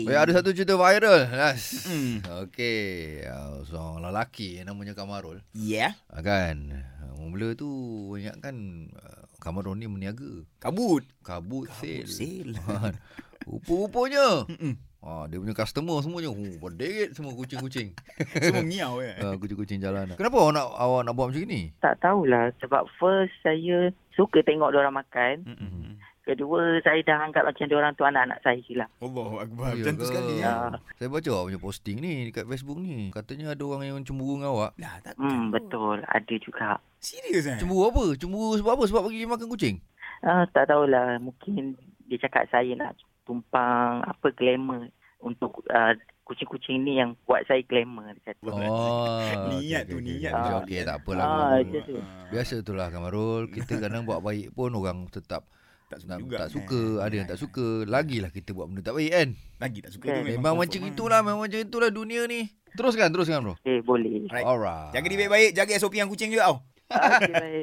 Ya, ada satu cerita viral. Nas. Mm. Okey, ah, seorang lelaki yang namanya Kamarul. Yeah. Ah, Kan, Ah, mula tu banyak kan ah, Kamarul ni meniaga. Kabut. Kabut, sale. sale. Kan. Rupa-rupanya. Mm-mm. Ha, dia punya customer semuanya. Oh, berderet semua kucing-kucing. Semua miau eh. Ah, kucing-kucing jalanan. Kenapa awak nak awak nak buat macam ni? Tak tahulah sebab first saya suka tengok diorang makan. Mm-mm. Kedua saya dah anggap macam diorang tu anak-anak saya lah. Allahu akbar. Macam tu sekali ya. Ya. Saya baca awak punya posting ni dekat Facebook ni. Katanya ada orang yang cemburu dengan awak. Lah tak. Hmm, betul. Ada juga. Serius eh? Cemburu apa? Cemburu sebab apa? Sebab bagi makan kucing? Ah, tak tahulah. Mungkin dia cakap saya nak tumpang apa glamour untuk ah, kucing-kucing ni yang buat saya glamour. Dia kata. Oh, Niat tu, Okey, niat tu. okey, okey, tak apalah. Ah, Kamarul. macam tu. Biasa tu lah Kamarul. Kita kadang buat baik pun orang tetap Tak suka nak, juga. eh. tak suka. Ada yang tak suka. Lagilah kita buat benda tak baik kan? Lagi tak suka Kan. tu Memang macam confirm, itulah. ah. Memang macam itulah dunia ni. Teruskan, teruskan bro. Eh, boleh. Alright. Alright. Jaga diri baik-baik. Jaga SOP yang kucing juga oh. tau. Ah, Okey, baik.